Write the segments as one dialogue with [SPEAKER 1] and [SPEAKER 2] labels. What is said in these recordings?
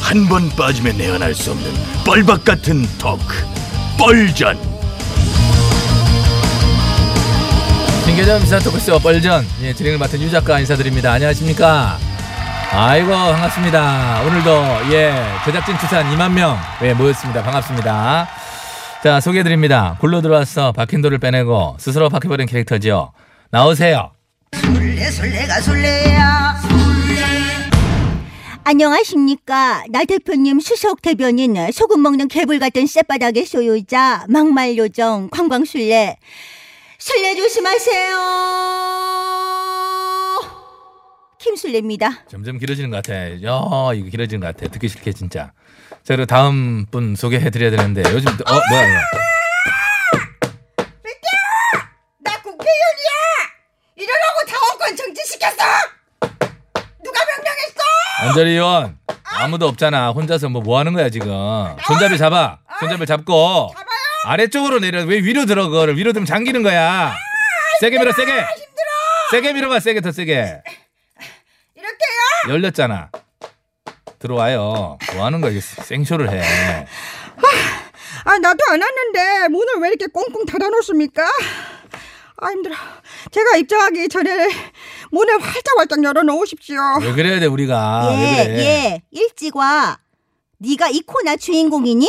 [SPEAKER 1] 한 번 빠지면 내안할 수 없는 뻘박 같은 토크 뻘전
[SPEAKER 2] 신개념 시사 토크쇼 뻘전 예, 진행을 맡은 유 작가 인사드립니다. 안녕하십니까? 아이고 반갑습니다. 오늘도 예 제작진 추산 2만 명 예, 모였습니다. 반갑습니다. 자 소개해드립니다. 굴러 들어와서 박힌 돌을 빼내고 스스로 박혀버린 캐릭터지요. 나오세요.
[SPEAKER 3] 술래 술래가 술래야
[SPEAKER 4] 안녕하십니까. 나 대표님 수석 대변인 소금 먹는 개불 같은 쌔바닥의 소유자 막말 요정 관광술래 술래 조심하세요. 김술래입니다.
[SPEAKER 2] 점점 길어지는 것 같아. 야 이거 길어지는 것 같아. 듣기 싫게 진짜. 자 그리고 다음 분 소개해드려야 되는데 요즘 또- 어 뭐야 이거.
[SPEAKER 3] 나 국회의원이야 이러라고 당원권 정지시켰어 누가 명령했어
[SPEAKER 2] 안전히 의원 아무도 없잖아 혼자서 뭐 뭐 하는 거야 지금 손잡이 잡아 손잡이 잡고 아래쪽으로 내려 왜 위로 들어 그거를 위로 들면 잠기는 거야 세게 밀어 세게 세게 밀어봐 세게 더 세게
[SPEAKER 3] 이렇게요
[SPEAKER 2] 열렸잖아 들어와요 뭐 하는 거야 이게 생쇼를 해
[SPEAKER 3] 아 나도 안 왔는데 문을 왜 이렇게 꽁꽁 닫아놓습니까 아 힘들어 제가 입장하기 전에 문을 활짝 활짝 열어놓으십시오
[SPEAKER 2] 왜 그래야 돼 우리가 아, 왜
[SPEAKER 4] 예,
[SPEAKER 2] 그래
[SPEAKER 4] 예. 일찍 와. 네가 이 코나 주인공이니?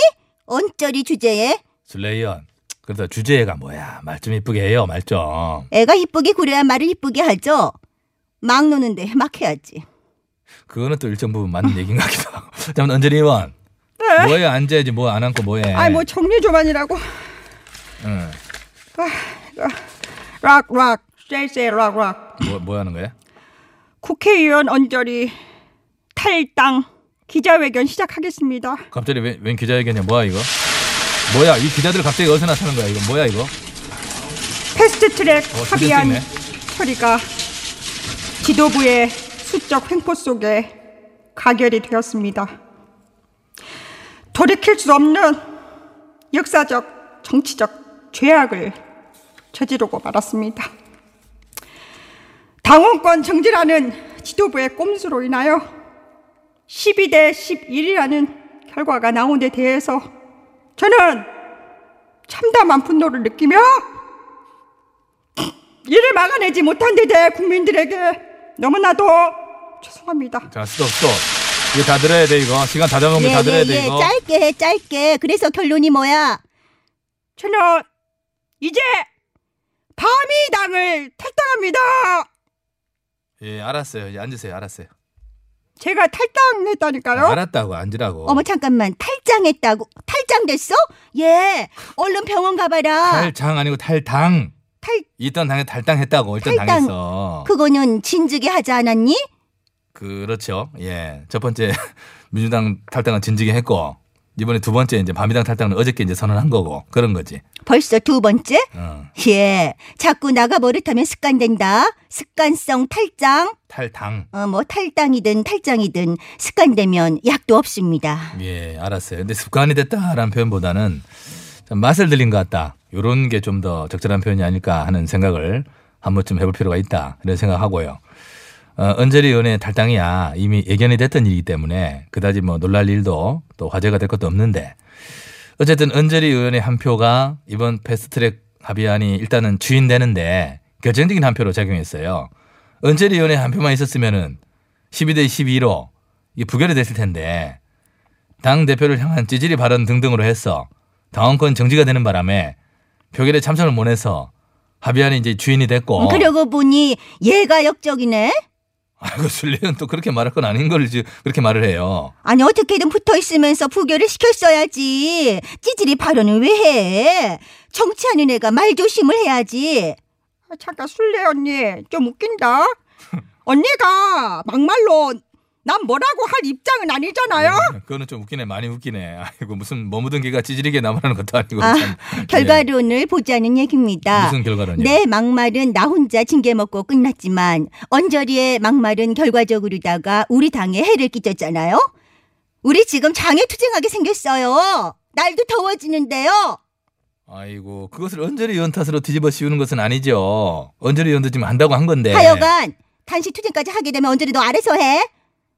[SPEAKER 4] 언저리 주제에
[SPEAKER 2] 슬레이언 그래서 주제가 뭐야 말 좀 이쁘게 해요 말좀
[SPEAKER 4] 애가 이쁘게 구려야 말을 이쁘게 하죠. 막 노는데 막 해야지.
[SPEAKER 2] 그거는 또 일정 부분 맞는 얘기인 것 같기도 하고 잠깐 안전히 의원 뭐해 앉아야지 뭐 안 앉고 뭐해
[SPEAKER 3] 아이 뭐 정리 좀 하느라고 아,
[SPEAKER 2] 응.
[SPEAKER 3] 락락 쎄쎄 락락
[SPEAKER 2] 뭐, 뭐 하는 거야?
[SPEAKER 3] 국회의원 언저리 탈당 기자회견 시작하겠습니다
[SPEAKER 2] 갑자기 웬, 웬 기자회견이야? 뭐야 이거? 뭐야 이 기자들 갑자기 어디서 나타나는 거야 이거? 뭐야 이거?
[SPEAKER 3] 패스트트랙
[SPEAKER 2] 어,
[SPEAKER 3] 합의안
[SPEAKER 2] 진짜
[SPEAKER 3] 처리가 지도부의 수적 횡포 속에 가결이 되었습니다. 돌이킬 수 없는 역사적 정치적 죄악을 저지르고 말았습니다. 당원권 정지라는 지도부의 꼼수로 인하여 12대 11이라는 결과가 나온 데 대해서 저는 참담한 분노를 느끼며 이를 막아내지 못한 데 대해 국민들에게 너무나도 죄송합니다.
[SPEAKER 2] 자 스톱 스톱. 이거 다 들어야 돼 이거. 시간 다 잡은 거다 들어야 돼 이거.
[SPEAKER 4] 예, 짧게 해, 짧게. 그래서 결론이 뭐야?
[SPEAKER 3] 저는 이제 바미당을 탈당합니다.
[SPEAKER 2] 예 알았어요. 이제 앉으세요. 알았어요.
[SPEAKER 3] 제가 탈당했다니까요.
[SPEAKER 2] 알았다고 앉으라고.
[SPEAKER 4] 어? 어머 잠깐만 탈장했다고 탈장됐어? 예 얼른 병원 가봐라
[SPEAKER 2] 탈장 아니고 탈당.
[SPEAKER 4] 탈-
[SPEAKER 2] 있던 당에 탈당했다고 일단
[SPEAKER 4] 탈당.
[SPEAKER 2] 당했어.
[SPEAKER 4] 그거는 진즉에 하지 않았니?
[SPEAKER 2] 그... 렇죠 예. 첫 번째 민주당 탈당은 진지게 했고 이번에 두 번째 이제 밤미당 탈당은 어저께 이제 선언한 거고 그런 거지. 어.
[SPEAKER 4] 벌써 두 번째?
[SPEAKER 2] 응.
[SPEAKER 4] 예 자꾸 나가 버릇하면 습관된다 습관성 탈장
[SPEAKER 2] 탈당.
[SPEAKER 4] 어, 뭐 탈당이든 탈장이든 습관되면 약도 없습니다
[SPEAKER 2] 예, 알았어요. 근데 습관이 됐다라는 표현보다는 참 맛을 들린 것 같다. 요런 게 좀 더 적절한 표현이 아닐까 하는 생각을 한 번쯤 해볼 필요가 있다. 이런 생각하고요. 어, 언저리 의원의 탈당이야 이미 예견이 됐던 일이기 때문에 그다지 뭐 놀랄 일도 또 화제가 될 것도 없는데 어쨌든 언저리 의원의 한 표가 이번 패스트트랙 합의안이 일단은 추인되는데 결정적인 한 표로 작용했어요. 언저리 의원의 한 표만 있었으면은 12대 12로 이게 부결이 됐을 텐데 당 대표를 향한 찌질이 발언 등등으로 해서 당원권 정지가 되는 바람에 표결에 참석을 못 해서 합의안이 이제 주인이 됐고
[SPEAKER 4] 음, 그러고 보니 얘가 역적이네
[SPEAKER 2] 아이고 술래는 또 그렇게 말할 건 아닌 걸 지금 그렇게 말을 해요.
[SPEAKER 4] 아니 어떻게든 붙어 있으면서 부결을 시켰어야지 찌질이 발언을 왜해 정치하는 애가 말조심을 해야지
[SPEAKER 3] 아, 잠깐 술래 언니 좀 웃긴다. 언니가 막말로 난 뭐라고 할 입장은 아니잖아요.
[SPEAKER 2] 그거는 좀 웃기네, 많이 웃기네. 아이고 무슨 머무든 개가 찌질이게 나무라는 것도 아니고.
[SPEAKER 4] 아,
[SPEAKER 2] 참.
[SPEAKER 4] 결과론을 보자는
[SPEAKER 2] 예.
[SPEAKER 4] 얘기입니다.
[SPEAKER 2] 네. 무슨 결과론이요?
[SPEAKER 4] 내 막말은 나 혼자 징계 먹고 끝났지만 언저리의 막말은 결과적으로다가 우리 당에 해를 끼쳤잖아요. 우리 지금 장애 투쟁하게 생겼어요. 날도 더워지는데요.
[SPEAKER 2] 아이고 그것을 언저리 의원 탓으로 뒤집어 씌우는 것은 아니죠. 언저리 의원도 지금 한다고 한 건데.
[SPEAKER 4] 하여간 단식 투쟁까지 하게 되면 언저리 너 아래서 해.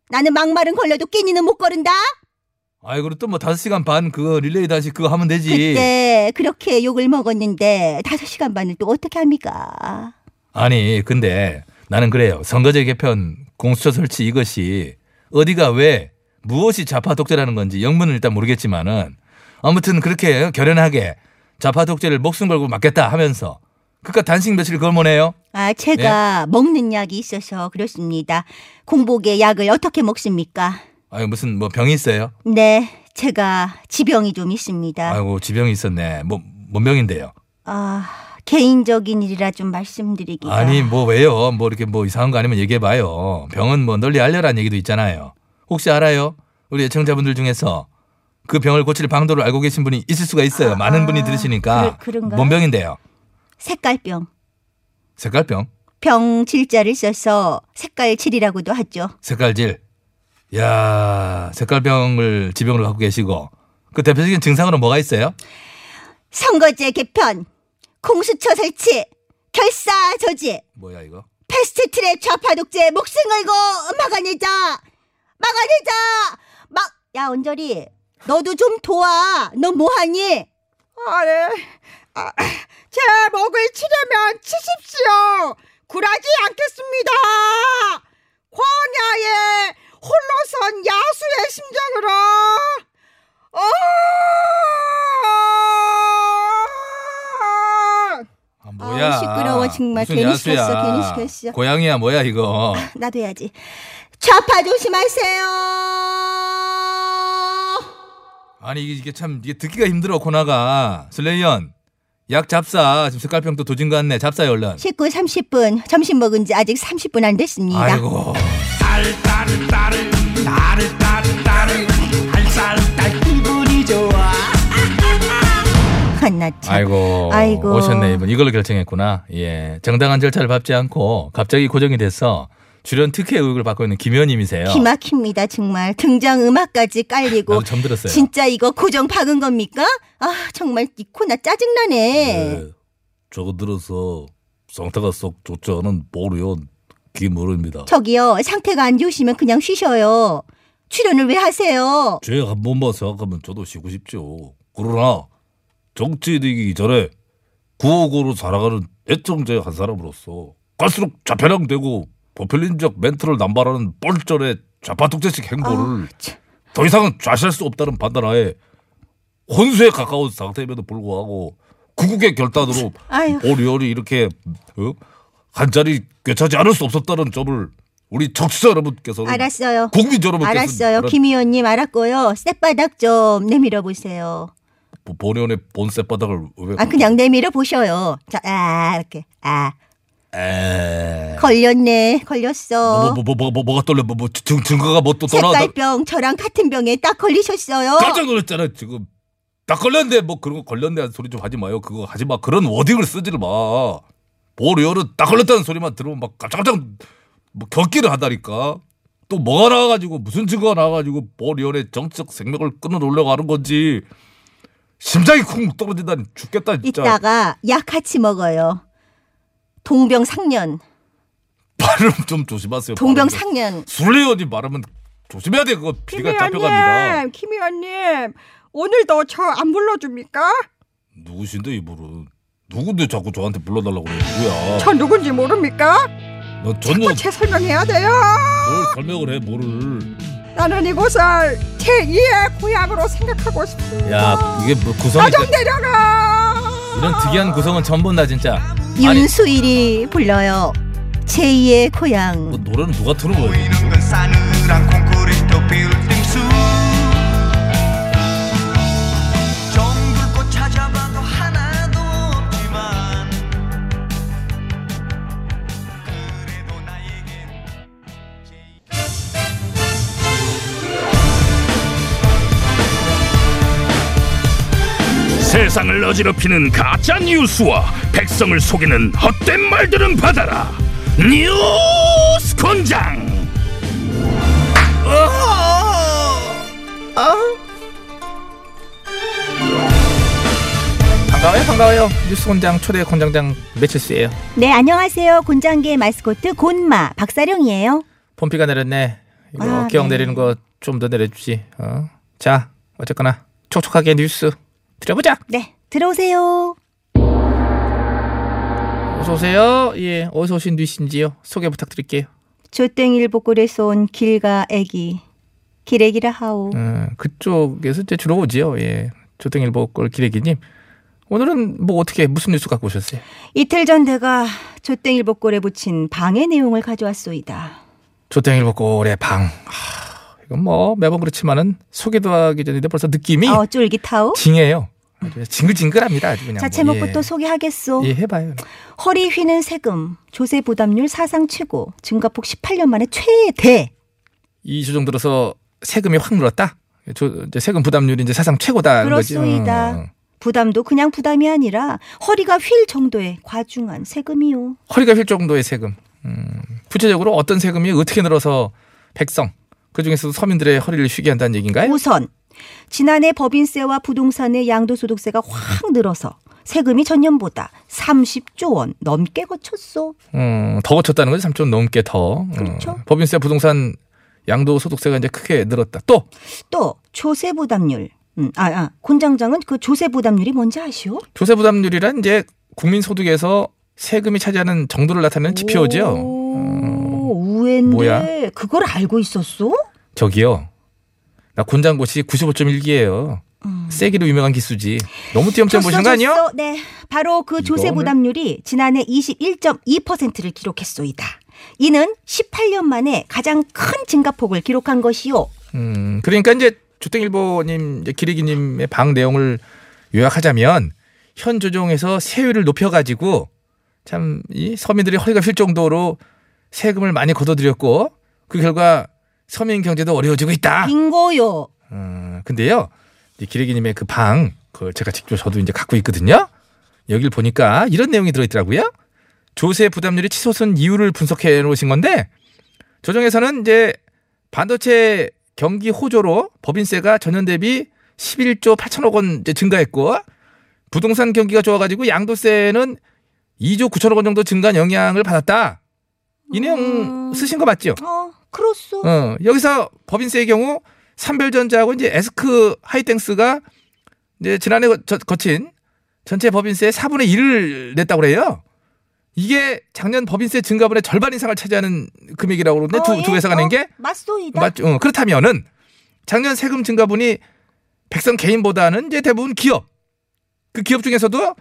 [SPEAKER 4] 나는 막말은 걸려도 끼니는 못 거른다.
[SPEAKER 2] 아이 그리고 또뭐 다섯 시간 반 그거 릴레이 다시 그거 하면 되지.
[SPEAKER 4] 그때 그렇게 욕을 먹었는데 다섯 시간 반을 또 어떻게 합니까?
[SPEAKER 2] 아니 근데 나는 그래요. 선거제 개편 공수처 설치 이것이 어디가 왜 무엇이 좌파 독재라는 건지 영문은 일단 모르겠지만은 아무튼 그렇게 결연하게 좌파 독재를 목숨 걸고 막겠다 하면서 그까 단식 며칠 그걸 뭐네요?
[SPEAKER 4] 아,
[SPEAKER 2] 네.
[SPEAKER 4] 제가 먹는 약이 있어서 그렇습니다. 공복에 약을 어떻게 먹습니까?
[SPEAKER 2] 아유 무슨 뭐 병이 있어요?
[SPEAKER 4] 네, 제가 지병이 좀 있습니다.
[SPEAKER 2] 아이고 지병이 있었네. 뭐뭔 병인데요?
[SPEAKER 4] 아, 개인적인 일이라 좀 말씀드리기가.
[SPEAKER 2] 아니 뭐 왜요? 뭐 이렇게 뭐 이상한 거 아니면 얘기해 봐요. 병은 뭐 널리 알려라는 얘기도 있잖아요. 혹시 알아요? 우리 애청자분들 중에서 그 병을 고칠 방도를 알고 계신 분이 있을 수가 있어요. 많은 분이 들으시니까.
[SPEAKER 4] 아, 그- 그런가요?
[SPEAKER 2] 뭔 병인데요?
[SPEAKER 4] 색깔병.
[SPEAKER 2] 색깔병,
[SPEAKER 4] 병 질자를 써서 색깔칠이라고도 하죠.
[SPEAKER 2] 색깔질. 야, 색깔병을 지병으로 갖고 계시고 그 대표적인 증상으로 뭐가 있어요?
[SPEAKER 4] 선거제 개편, 공수처 설치, 결사 저지,
[SPEAKER 2] 뭐야 이거?
[SPEAKER 4] 패스트트랙 좌파 독재 목숨 걸고 막아내자, 막아내자, 막. 야 언저리, 너도 좀 도와. 너 뭐하니?
[SPEAKER 3] 아니, 아, 제 목을 치려면 치십시오. 굴하지 않겠습니다. 광야에 홀로선 야수의 심정으로. 어!
[SPEAKER 2] 아, 뭐야?
[SPEAKER 4] 아우, 시끄러워, 정말.
[SPEAKER 2] 무슨
[SPEAKER 4] 괜히
[SPEAKER 2] 야수야.
[SPEAKER 4] 시켰어, 괜히 시켰어.
[SPEAKER 2] 고양이야 뭐야 이거?
[SPEAKER 4] 나도 해야지. 좌파 조심하세요.
[SPEAKER 2] 아니 이게, 이게 참 이게 듣기가 힘들어 코나가 슬레이언 약 잡사 지금 색깔병 또 도진 같네 잡사요 얼른
[SPEAKER 4] 19, 30분 점심 먹은 지 아직 30분 안 됐습니다.
[SPEAKER 2] 아이고
[SPEAKER 4] 한나 참.
[SPEAKER 2] 아이고
[SPEAKER 4] 아이고.
[SPEAKER 2] 오셨네 이분 이걸로 결정했구나 예 정당한 절차를 밟지 않고 갑자기 고정이 돼서 주연 특혜 의혹을 받고 있는 김현님이세요
[SPEAKER 4] 기막힙니다 정말 등장 음악까지 깔리고
[SPEAKER 2] 나도 처음 들었어요
[SPEAKER 4] 진짜 이거 고정 박은 겁니까? 아 정말 이 코나 짜증나네.
[SPEAKER 1] 예. 저거 들어서 상태가 썩 좋지 않은 보류연 김어릅니다.
[SPEAKER 4] 저기요 상태가 안 좋으시면 그냥 쉬셔요. 출연을 왜 하세요?
[SPEAKER 1] 죄 한 번만 생각하면 저도 쉬고 싶죠. 그러나 정치인이기 전에 구호구로 살아가는 애청자 한 사람으로서 갈수록 좌편향되고 보편린적 멘트를 남발하는 뻘절의 좌파독재식 행보를
[SPEAKER 4] 아, 참.
[SPEAKER 1] 더 이상은 좌시할 수 없다는 판단하에 혼수에 가까운 상태임에도 불구하고 구국의 결단으로
[SPEAKER 4] 아유.
[SPEAKER 1] 오리오리 이렇게 어? 한 자리 꿰차지 않을 수 없었다는 점을 우리 적시자 여러분께서는
[SPEAKER 4] 알았어요.
[SPEAKER 1] 국민 여러분께서는
[SPEAKER 4] 알았어요.
[SPEAKER 1] 알아-
[SPEAKER 4] 김 의원님 알았고요. 쌔바닥 좀 내밀어 보세요.
[SPEAKER 1] 보- 뭐 본연의 본셋 바닥을 왜
[SPEAKER 4] 아 그냥 내밀어 보셔요. 자, 아 이렇게 아
[SPEAKER 1] 에...
[SPEAKER 4] 걸렸네 걸렸어.
[SPEAKER 1] 뭐, 뭐, 뭐, 뭐, 뭐, 뭐가 떨려 뭐, 뭐 증, 증거가 뭐 또 떠나 나
[SPEAKER 4] 색깔병 저랑 같은 병에 딱 걸리셨어요.
[SPEAKER 1] 깜짝 놀랐잖아 지금 딱 걸렸네 뭐 그런 거 걸렸네 하는 소리 좀 하지 마요 그거 하지 마 그런 워딩을 쓰지를 마 보리얼은 딱 걸렸다는 소리만 들으면 막 깜짝깜짝 뭐 격기를 한다니까 또 뭐가 나와가지고 무슨 증거가 나와가지고 보리얼의 정치적 생명을 끊어놓으려고 하는 건지 심장이 쿵 떨어진다니 죽겠다 진짜
[SPEAKER 4] 이따가 약 같이 먹어요. 동병상련.
[SPEAKER 1] 발음 좀 조심하세요 발음 좀.
[SPEAKER 4] 동병상련.
[SPEAKER 1] 술래요님 말하면 조심해야 돼 그거 비리가 잡혀갑니다
[SPEAKER 3] 김의원님, 김의원님, 오늘도 저 안 불러줍니까?
[SPEAKER 1] 누구신데 이분은 누군데 자꾸 저한테 불러달라고 그래 누구야
[SPEAKER 3] 저 누군지 모릅니까?
[SPEAKER 1] 나 전혀
[SPEAKER 3] 제 설명해야 돼요.
[SPEAKER 1] 뭘 설명을 해 뭐를
[SPEAKER 3] 나는 이곳을 제2의 고향으로 생각하고 싶습니다.
[SPEAKER 2] 야 이게 뭐 구성이
[SPEAKER 3] 나좀 데려가.
[SPEAKER 2] 이런 특이한 구성은 처음 본다 진짜 아니
[SPEAKER 4] 윤수일이 불러요. 제2의
[SPEAKER 1] 그
[SPEAKER 4] 고향.
[SPEAKER 1] 노래는 누가 뭐. 틀은 거야
[SPEAKER 5] 보이는 건 싸늘한 콩쿠리토 비울 빙수 정불꽃 찾아봐도 하나도 없지만 그래도 나에겐 제
[SPEAKER 1] 세상을 어지럽히는 가짜 뉴스와 백성을 속이는 헛된 말들은 받아라 뉴스 권장
[SPEAKER 2] 반가워요 반가워요 뉴스 권장 초대 권장장 매칠스예요
[SPEAKER 4] 네, 안녕하세요. 곤장계 마스코트 곤마 박사령이에요.
[SPEAKER 2] 폼피가 내렸네 이거
[SPEAKER 4] 아,
[SPEAKER 2] 기왕
[SPEAKER 4] 네.
[SPEAKER 2] 내리는 거 좀 더 내려주지 어? 자 어쨌거나 촉촉하게 뉴스 들어보자.
[SPEAKER 4] 네, 들어오세요.
[SPEAKER 2] 어서 오세요. 예, 어디서 오신 뉴스인지요? 소개 부탁드릴게요.
[SPEAKER 4] 조땡일보골에서 온 길가 애기 기레기라 하오.
[SPEAKER 2] 음, 그쪽에서 이제 주로 오지요. 예, 조땡일보 꼴 기레기님. 오늘은 뭐 어떻게 무슨 뉴스 갖고 오셨어요?
[SPEAKER 4] 이틀 전 내가 조땡일보골에 붙인 방의 내용을 가져왔소이다.
[SPEAKER 2] 조땡일보 꼴의 방. 하, 이건 뭐 매번 그렇지만은 소개도 하기 전인데 벌써 느낌이
[SPEAKER 4] 어, 쫄깃하오.
[SPEAKER 2] 징해요. 아주 징글징글합니다. 아주 그냥.
[SPEAKER 4] 자
[SPEAKER 2] 뭐.
[SPEAKER 4] 제목부터
[SPEAKER 2] 예.
[SPEAKER 4] 소개하겠소.
[SPEAKER 2] 예, 해봐요.
[SPEAKER 4] 허리 휘는 세금, 조세 부담률 사상 최고, 증가폭 18년 만에 최대.
[SPEAKER 2] 이 주정 들어서 세금이 확 늘었다. 저 이제 세금 부담률이 이제 사상 최고다. 이런 거지.
[SPEAKER 4] 그렇소이다.
[SPEAKER 2] 음.
[SPEAKER 4] 부담도 그냥 부담이 아니라 허리가 휠 정도의 과중한 세금이요.
[SPEAKER 2] 허리가 휠 정도의 세금. 음, 구체적으로 어떤 세금이 어떻게 늘어서 백성 그 중에서도 서민들의 허리를 쉬게 한다는 얘기인가요?
[SPEAKER 4] 우선 지난해 법인세와 부동산의 양도소득세가 확 늘어서 세금이 전년보다 30조 원 넘게 거쳤소.
[SPEAKER 2] 음, 더 거쳤다는 거지 3조 넘게 더. 음,
[SPEAKER 4] 그렇죠.
[SPEAKER 2] 법인세, 부동산, 양도 소득세가 이제 크게 늘었다. 또
[SPEAKER 4] 또 조세 부담률. 음, 아, 아, 곤장장은 그 조세 부담률이 뭔지 아시오?
[SPEAKER 2] 조세 부담률이란 이제 국민 소득에서 세금이 차지하는 정도를 나타내는 지표죠. 음.
[SPEAKER 4] 오, 우회인데
[SPEAKER 2] 뭐야?
[SPEAKER 4] 그걸 알고 있었소?
[SPEAKER 2] 저기요. 나 곤장고시 95.1기예요.
[SPEAKER 4] 음.
[SPEAKER 2] 세기로 유명한 기수지. 너무 띄엄띄엄
[SPEAKER 4] 졌어,
[SPEAKER 2] 보시는 거 아니에요?
[SPEAKER 4] 졌어. 네, 바로 그 조세
[SPEAKER 2] 이거는-
[SPEAKER 4] 부담률이 지난해 21.2%를 기록했소이다. 이는 18년 만에 가장 큰 증가폭을 기록한 것이요.
[SPEAKER 2] 음, 그러니까 이제 조땡일보님, 이제 기리기님의 방 내용을 요약하자면 현 조정에서 세율을 높여가지고 참 이 서민들이 허리가 휠 정도로 세금을 많이 걷어들였고 그 결과 서민 경제도 어려워지고 있다.
[SPEAKER 4] 빙고요.
[SPEAKER 2] 음, 근데요, 이 기레기님의 그 방, 그 제가 직접 저도 이제 갖고 있거든요. 여길 보니까 이런 내용이 들어있더라고요. 조세 부담률이 치솟은 이유를 분석해 놓으신 건데, 조정에서는 이제 반도체 경기 호조로 법인세가 전년 대비 11조 8천억 원 이제 증가했고, 부동산 경기가 좋아가지고 양도세는 2조 9천억 원 정도 증가한 영향을 받았다. 이 내용
[SPEAKER 4] 음.
[SPEAKER 2] 쓰신 거 맞죠?
[SPEAKER 4] 어, 크로스.
[SPEAKER 2] 어, 여기서 법인세의 경우 삼별전자하고 이제 에스크 하이땡스가 이제 지난해 거- 저- 거친 전체 법인세의 4분의 1을 냈다고 그래요. 이게 작년 법인세 증가분의 절반 이상을 차지하는 금액이라고 그러는데 두,
[SPEAKER 1] 어, 예.
[SPEAKER 2] 두 회사가 낸 게
[SPEAKER 4] 어, 예, 맞소이다.
[SPEAKER 2] 맞죠. 어, 그렇다면은 작년 세금 증가분이 백성 개인보다는 이제 대부분 기업 그 기업 중에서도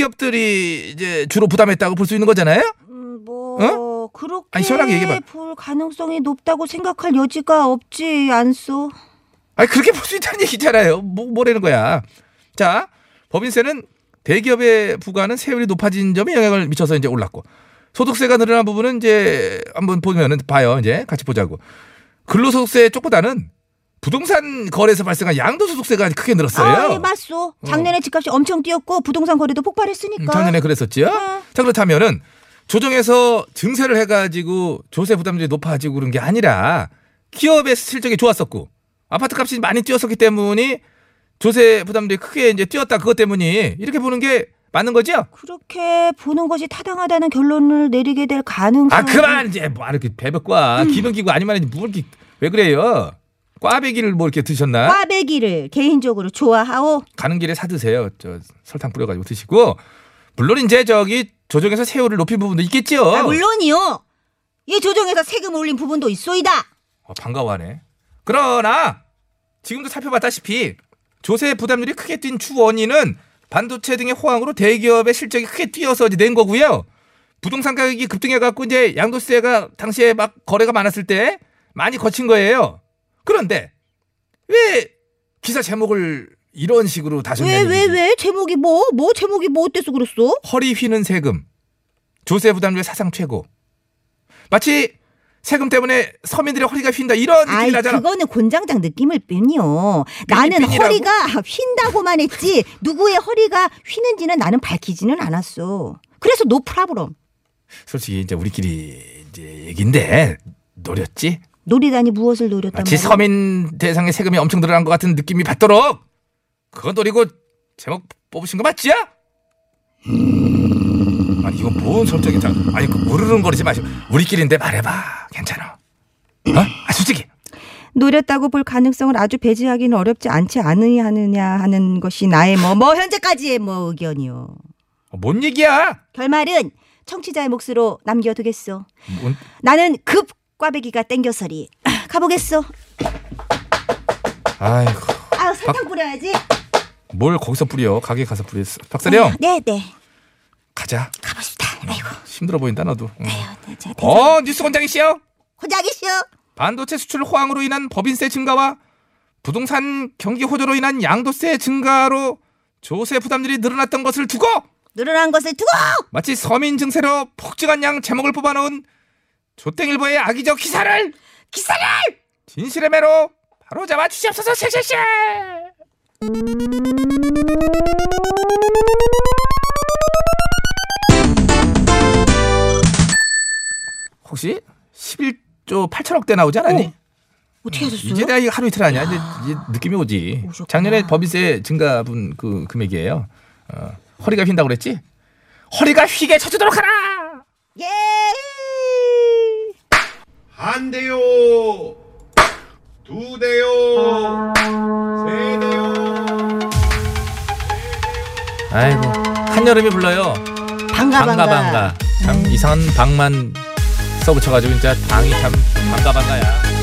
[SPEAKER 2] 대기업들이 이제 주로 부담했다고 볼 수 있는 거잖아요.
[SPEAKER 4] 음, 뭐
[SPEAKER 2] 어?
[SPEAKER 4] 그렇게
[SPEAKER 2] 아니, 시원하게 얘기해봐.
[SPEAKER 4] 볼 가능성이 높다고 생각할 여지가 없지 않소.
[SPEAKER 2] 아니 그렇게 볼 수 있다는 얘기잖아요. 뭐 뭐라는 거야. 자 법인세는 대기업에 부과하는 세율이 높아진 점에 영향을 미쳐서 이제 올랐고 소득세가 늘어난 부분은 이제 한번 보면은 봐요. 이제 같이 보자고 근로소득세 쪽보다는 부동산 거래에서 발생한 양도소득세가 크게 늘었어요.
[SPEAKER 4] 아, 예, 맞소. 작년에 집값이 엄청 뛰었고 부동산 거래도 폭발했으니까. 어.
[SPEAKER 2] 음, 작년에 그랬었지요. 자 그렇다면은 조정에서 증세를 해가지고 조세 부담률이 높아지고 그런 게 아니라 기업의 실적이 좋았었고 아파트 값이 많이 뛰었었기 때문에 조세 부담률이 크게 이제 뛰었다 그것 때문에 이렇게 보는 게 맞는 거죠?
[SPEAKER 4] 그렇게 보는 것이 타당하다는 결론을 내리게 될 가능성.
[SPEAKER 2] 아 그만 이제 뭐 이렇게 배백과
[SPEAKER 4] 음.
[SPEAKER 2] 기병기고 아니면 이제 뭐 이렇게 왜 그래요? 꽈배기를 뭐 이렇게 드셨나?
[SPEAKER 4] 꽈배기를 개인적으로 좋아하오.
[SPEAKER 2] 가는 길에 사 드세요. 저 설탕 뿌려가지고 드시고 물론 이제 저기 조정에서 세율을 높인 부분도 있겠죠.
[SPEAKER 4] 아, 물론이요. 이 조정에서 세금 올린 부분도 있소이다.
[SPEAKER 2] 어, 반가워하네. 그러나 지금도 살펴봤다시피 조세 부담률이 크게 뛴 주 원인은 반도체 등의 호황으로 대기업의 실적이 크게 뛰어서 이제 낸 거고요. 부동산 가격이 급등해갖고 이제 양도세가 당시에 막 거래가 많았을 때 많이 거친 거예요. 그런데 왜 기사 제목을 이런 식으로
[SPEAKER 4] 왜
[SPEAKER 2] 다셨냐는
[SPEAKER 4] 왜 왜
[SPEAKER 2] 얘기지.
[SPEAKER 4] 제목이 뭐 뭐 제목이 뭐 어때서 그랬어?
[SPEAKER 2] 허리 휘는 세금, 조세 부담률 사상 최고. 마치 세금 때문에 서민들의 허리가 휜다 이런
[SPEAKER 4] 아이
[SPEAKER 2] 느낌이 나잖아.
[SPEAKER 4] 그거는 곤장장 느낌일 뿐이요. 나는
[SPEAKER 2] 삐삐라고?
[SPEAKER 4] 허리가 휜다고만 했지 누구의 허리가 휘는지는 나는 밝히지는 않았어. 그래서 노 프라브롬.
[SPEAKER 2] 솔직히 이제 우리끼리 이제 얘긴데 노렸지?
[SPEAKER 4] 노리다니 무엇을 노렸단
[SPEAKER 2] 마치
[SPEAKER 4] 말이야.
[SPEAKER 2] 서민 대상의 세금이 엄청 늘어난 것 같은 느낌이 받도록 그거 노리고 제목 뽑으신 거 맞지요? 음. 아니 이거 뭔 설정이 다 아니 그 무르릉거리지 마시고 우리끼리인데 말해봐 괜찮아 어? 아 솔직히
[SPEAKER 6] 노렸다고 볼 가능성을 아주 배제하기는 어렵지 않지 않으냐 하느냐 하는 것이 나의 뭐
[SPEAKER 4] 뭐 현재까지의 뭐 의견이요.
[SPEAKER 2] 어, 뭔 얘기야?
[SPEAKER 4] 결말은 청취자의 몫으로 남겨두겠소.
[SPEAKER 2] 뭔-
[SPEAKER 4] 나는 급 꽈배기가 땡겨서리 가보겠소.
[SPEAKER 2] 아이고
[SPEAKER 4] 아 설탕 뿌려야지.
[SPEAKER 2] 뭘 거기서 뿌려? 가게 가서 뿌리겠어. 박사령
[SPEAKER 4] 네네
[SPEAKER 2] 가자.
[SPEAKER 4] 가봅시다. 아이고
[SPEAKER 2] 힘들어 보인다 나도. 응.
[SPEAKER 4] 네, 자,
[SPEAKER 2] 어 뉴스 권장이시여.
[SPEAKER 4] 고자기쇼.
[SPEAKER 2] 반도체 수출 호황으로 인한 법인세 증가와 부동산 경기 호조로 인한 양도세 증가로 조세 부담률이 늘어났던 것을 두고
[SPEAKER 4] 늘어난 것을 두고
[SPEAKER 2] 마치 서민 증세로 폭증한 양 제목을 뽑아놓은 조땡일보의 악의적 기사를 기사를 진실의 매로 바로 잡아 주시옵소서 쉐쉐쉐 혹시 11조 8천억 대 나오지 않았니? 음,
[SPEAKER 6] 어떻게 하셨어요?
[SPEAKER 2] 이제 내가 이거 하루 이틀 아니야. 이제, 이제 느낌이 오지.
[SPEAKER 6] 오셨구나.
[SPEAKER 2] 작년에 법인세 증가분 그 금액이에요. 어, 허리가 휜다고 그랬지? 허리가 휘게 쳐주도록 하라!
[SPEAKER 4] 예.
[SPEAKER 7] 한 대요 두 대요 세 대요
[SPEAKER 2] 아이고. 한여름이 불러요. 방가,
[SPEAKER 4] 반가 반가.
[SPEAKER 2] 방가. 참 이상한 방만 써붙여가지고 진짜 방이 참 방가, 방가야.